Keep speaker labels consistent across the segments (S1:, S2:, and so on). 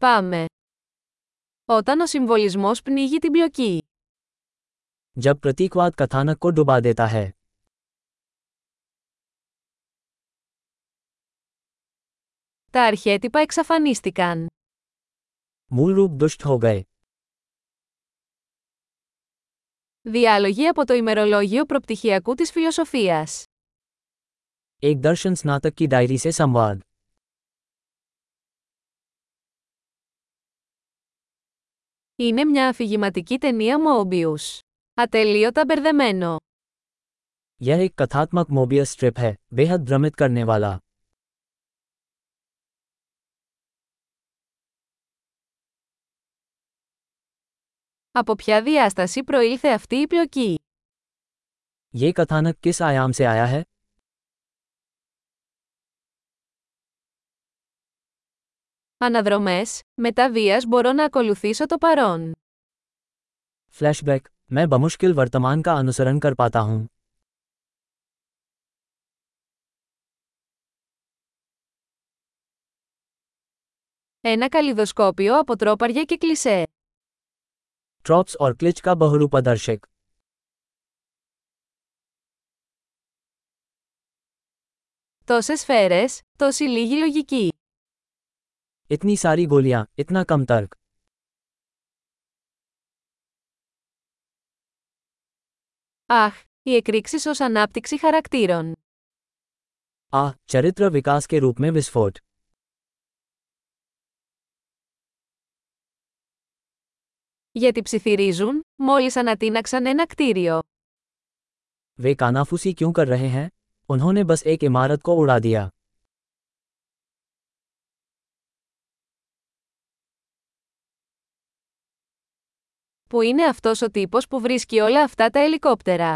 S1: Πάμε. Όταν ο συμβολισμός πνίγει την πλοκή.
S2: जब प्रतीकवाद कथानक को डुबा देता है
S1: Τα αρχέτυπα εξαφανίστηκαν.
S2: मूल रूप दुष्ट हो गए
S1: Διάλογοι από το ημερολόγιο προπτυχιακού της φιλοσοφίας.
S2: एक दर्शन स्नातक की डायरी से संवाद
S1: Είναι μια αφηγηματική ταινία Mobius. Ατελείωτα μπερδεμένο.
S2: यह एक कथात्मक मोबियस स्ट्रिप है बेहद भ्रमित करने वाला
S1: Από ποια διάσταση προήλθε αυτή η πλοκή.
S2: ये कथानक किस आयाम से आया है
S1: Αναδρομές, μετά βίας μπορώ να ακολουθήσω το παρόν.
S2: फ्लैशबैक मैं बमुश्किल वर्तमान का अनुसरण कर पाता हूँ
S1: Ένα καλλιδοσκόπιο από τρόπαρια και κλισέ.
S2: ट्रॉप्स और क्लिच का बहुरूपदर्शक
S1: Τόσες σφαίρες, τόση λίγη λογική.
S2: इतनी सारी गोलियाँ इतना कम तर्क
S1: Αχ, οι εκρήξεις ως ανάπτυξη χαρακτήρων.
S2: आह चरित्र विकास के रूप में विस्फोट
S1: Γιατί ψιθυρίζουν, μόλις ανατείναξαν ένα κτίριο.
S2: वे कानाफूसी क्यों कर रहे हैं उन्होंने बस एक इमारत को उड़ा दिया
S1: Πού είναι αυτός ο τύπος που βρίσκει όλα αυτά τα ελικόπτερα.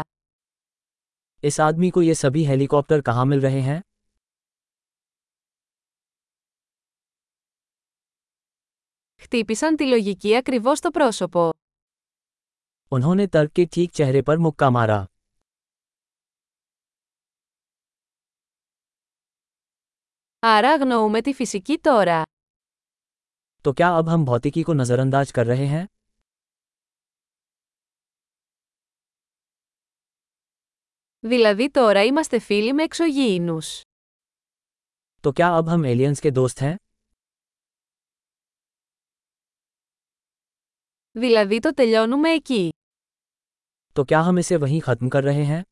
S2: इस आदमी को ये सभी हेलीकॉप्टर कहाँ मिल रहे हैं
S1: Χτύπησαν τη λογική ακριβώς στο πρόσωπο.
S2: उन्होंने तर्क के ठीक चेहरे पर मुक्का मारा
S1: Άρα αγνοούμε τη φυσική τώρα.
S2: तो क्या अब हम भौतिकी को नज़रअंदाज कर रहे हैं
S1: Δηλαδή τώρα είμαστε φίλοι με εξωγήινους.
S2: तो क्या अब हम एलियंस के दोस्त हैं
S1: Δηλαδή το τελειώνουμε εκεί.
S2: तो क्या हम इसे वहीं खत्म कर रहे हैं